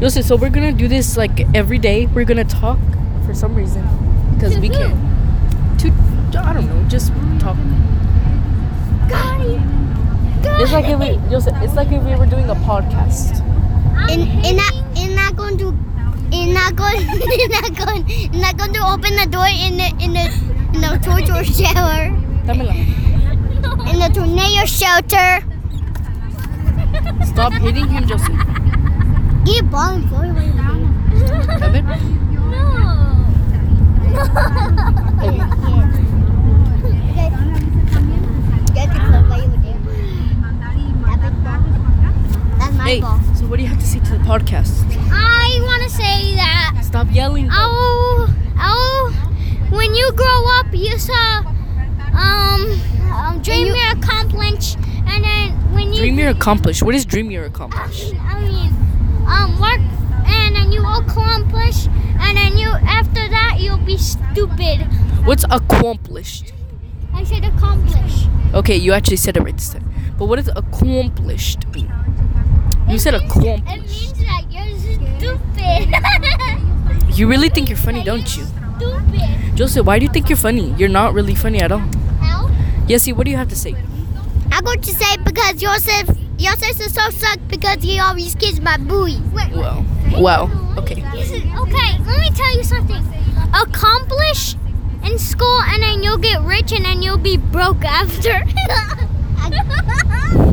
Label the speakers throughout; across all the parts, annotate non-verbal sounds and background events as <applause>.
Speaker 1: Listen, so we're gonna do this like every day. We're gonna talk for some reason because we can. To I don't know, just talk.
Speaker 2: Got it. Got
Speaker 1: It's like if we,
Speaker 2: it.
Speaker 1: Joseph, it's like if we were doing a podcast.
Speaker 2: And and not and not going to and not going <laughs> and not going and not going to open the door in the in the in the torture shower
Speaker 1: Tama lang.
Speaker 2: in the tornado shelter.
Speaker 1: Stop hitting him, Joseph.
Speaker 2: Get a ball and throw it away.
Speaker 1: Evan? Evan.
Speaker 2: Get the club while you were there. That big ball. That's my
Speaker 1: Hey,
Speaker 2: ball.
Speaker 1: so what do you have to say to the podcast?
Speaker 2: I want to say that
Speaker 1: Stop yelling.
Speaker 2: Oh, oh! When you grow up, you saw um, um dream you, your accomplish, and then when you
Speaker 1: Dream your accomplish. What is dream your accomplish?
Speaker 2: I mean, um, work, and then you accomplish, and then you after that you'll be stupid.
Speaker 1: What's accomplished?
Speaker 2: I said accomplish.
Speaker 1: Okay, you actually said it right this time. But what does accomplished mean? You said
Speaker 2: It means- It
Speaker 1: accomplished.
Speaker 2: means that you're
Speaker 1: <laughs>
Speaker 2: stupid.
Speaker 1: You really think you're funny, don't you?
Speaker 2: Stupid.
Speaker 1: Joseph, why do you think you're funny? You're not really funny at all.
Speaker 2: How?
Speaker 1: Yessie, what do you have to say?
Speaker 2: I got to say because Joseph, Joseph is so suck because he always kisses my buoy.
Speaker 1: Well, well, okay.
Speaker 2: Okay, let me tell you something. Accomplish in school, and then you'll get rich, and then you'll be broke after. <laughs>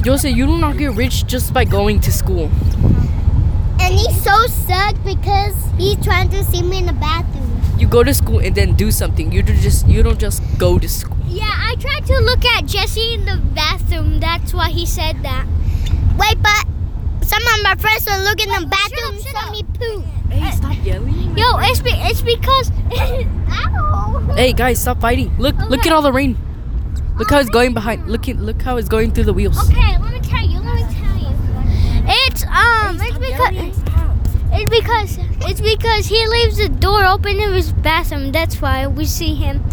Speaker 1: Joseph, you do not get rich just by going to school.
Speaker 2: and he's so suck because he's trying to see me in the bathroom.
Speaker 1: You go to school and then do something. You do just you don't just go to school.
Speaker 2: Yeah, I tried to look at Jesse in the bathroom. That's why he said that. Wait, but some of my friends were looking in the bathroom and saw me poop.
Speaker 1: Hey, stop yelling.
Speaker 2: Yo, it's be- it's because. <laughs> Ow.
Speaker 1: Hey guys, stop fighting. Look, look at all the rain. Look how it's going behind. Look at look how it's going through the wheels.
Speaker 2: Okay, let me tell you. Let me tell you. It's um, it's because it's because it's because he leaves the door open in his bathroom. That's why we see him.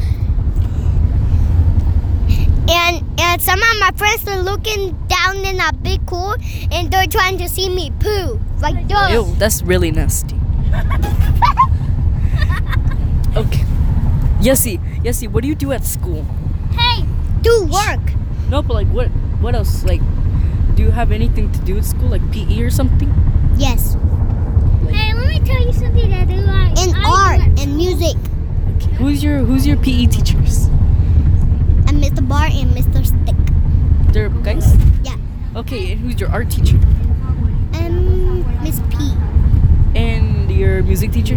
Speaker 2: And and some of my friends are looking down in a big pool, and they're trying to see me poo like
Speaker 1: Ew, that's really nasty. Okay. Yessie, Yessie, what do you do at school?
Speaker 2: hey, do work.
Speaker 1: No, but like what what else? Like do you have anything to do at school? Like PE or something?
Speaker 2: Yes,
Speaker 3: Hey, let me tell you something that I like.
Speaker 2: in
Speaker 3: I
Speaker 2: art and music.
Speaker 1: Who's your who's your PE teachers?
Speaker 2: And Mr. Bar and Mr. Stick.
Speaker 1: They're guys?
Speaker 2: Yeah.
Speaker 1: Okay, and who's your art teacher?
Speaker 2: Um, Miss P.
Speaker 1: And your music teacher?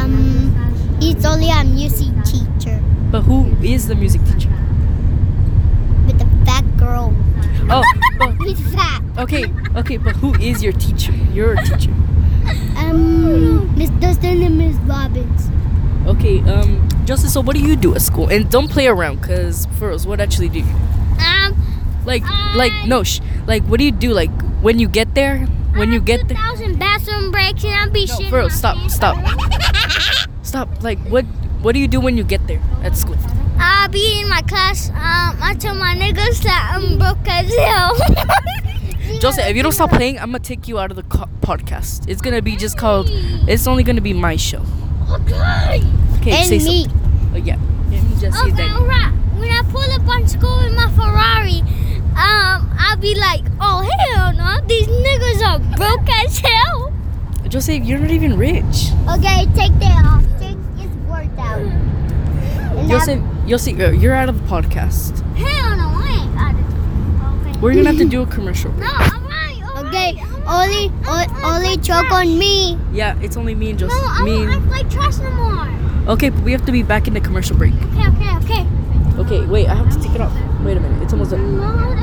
Speaker 2: Um, it's only a music
Speaker 3: <laughs>
Speaker 2: teacher
Speaker 1: But who is the music teacher?
Speaker 2: with a fat girl.
Speaker 1: Oh, but,
Speaker 2: With fat.
Speaker 1: okay, okay, but who is your teacher? Your teacher.
Speaker 2: Um, Miss Dustin and Miss Robbins.
Speaker 1: Okay, um, Justin, so what do you do at school? And don't play around, cause Furrows, what actually do you?
Speaker 3: Um,
Speaker 1: Like, like, no, sh- like, what do you do? Like, when you get there, when you get there.
Speaker 3: 2,000 bathroom breaks and I'll be
Speaker 1: No,
Speaker 3: shitting
Speaker 1: Furrows,
Speaker 3: my
Speaker 1: stop,
Speaker 3: pants.
Speaker 1: stop, stop. Like, what, what do you do when you get there at school?
Speaker 3: <laughs> I'll be in my class. Um, I tell my niggas that I'm broke as hell.
Speaker 1: <laughs> Joseph, if you don't stop playing, I'm gonna take you out of the co- podcast. It's gonna be just called. It's only gonna be my show.
Speaker 3: <laughs> okay.
Speaker 1: Okay,
Speaker 2: And
Speaker 1: say
Speaker 2: me.
Speaker 1: something. Oh, yeah. And Jesse,
Speaker 3: Okay,
Speaker 1: then.
Speaker 3: alright. When I pull up on school in my Ferrari, um, I'll be like, oh hell no, these niggas are broke as hell.
Speaker 1: Joseph, you're not even rich.
Speaker 2: Okay, take that off. Take his worked out. And
Speaker 1: Joseph, Joseph, uh, you're- you're out of the podcast.
Speaker 3: Hell no, I ain't got it. Okay.
Speaker 1: We're gonna have to do a commercial.
Speaker 3: No, alright,
Speaker 2: I'm-
Speaker 3: alright.
Speaker 2: Okay, only, o- only choke on me.
Speaker 1: Yeah, it's only me and
Speaker 3: No,
Speaker 1: Joseph.
Speaker 3: I
Speaker 1: Me.
Speaker 3: don't act like trash no more.
Speaker 1: and- Okay, but we have to be back in the commercial break.
Speaker 3: Okay, okay, okay.
Speaker 1: Okay, wait, I have to take it off. Wait a minute, it's almost done.
Speaker 3: No,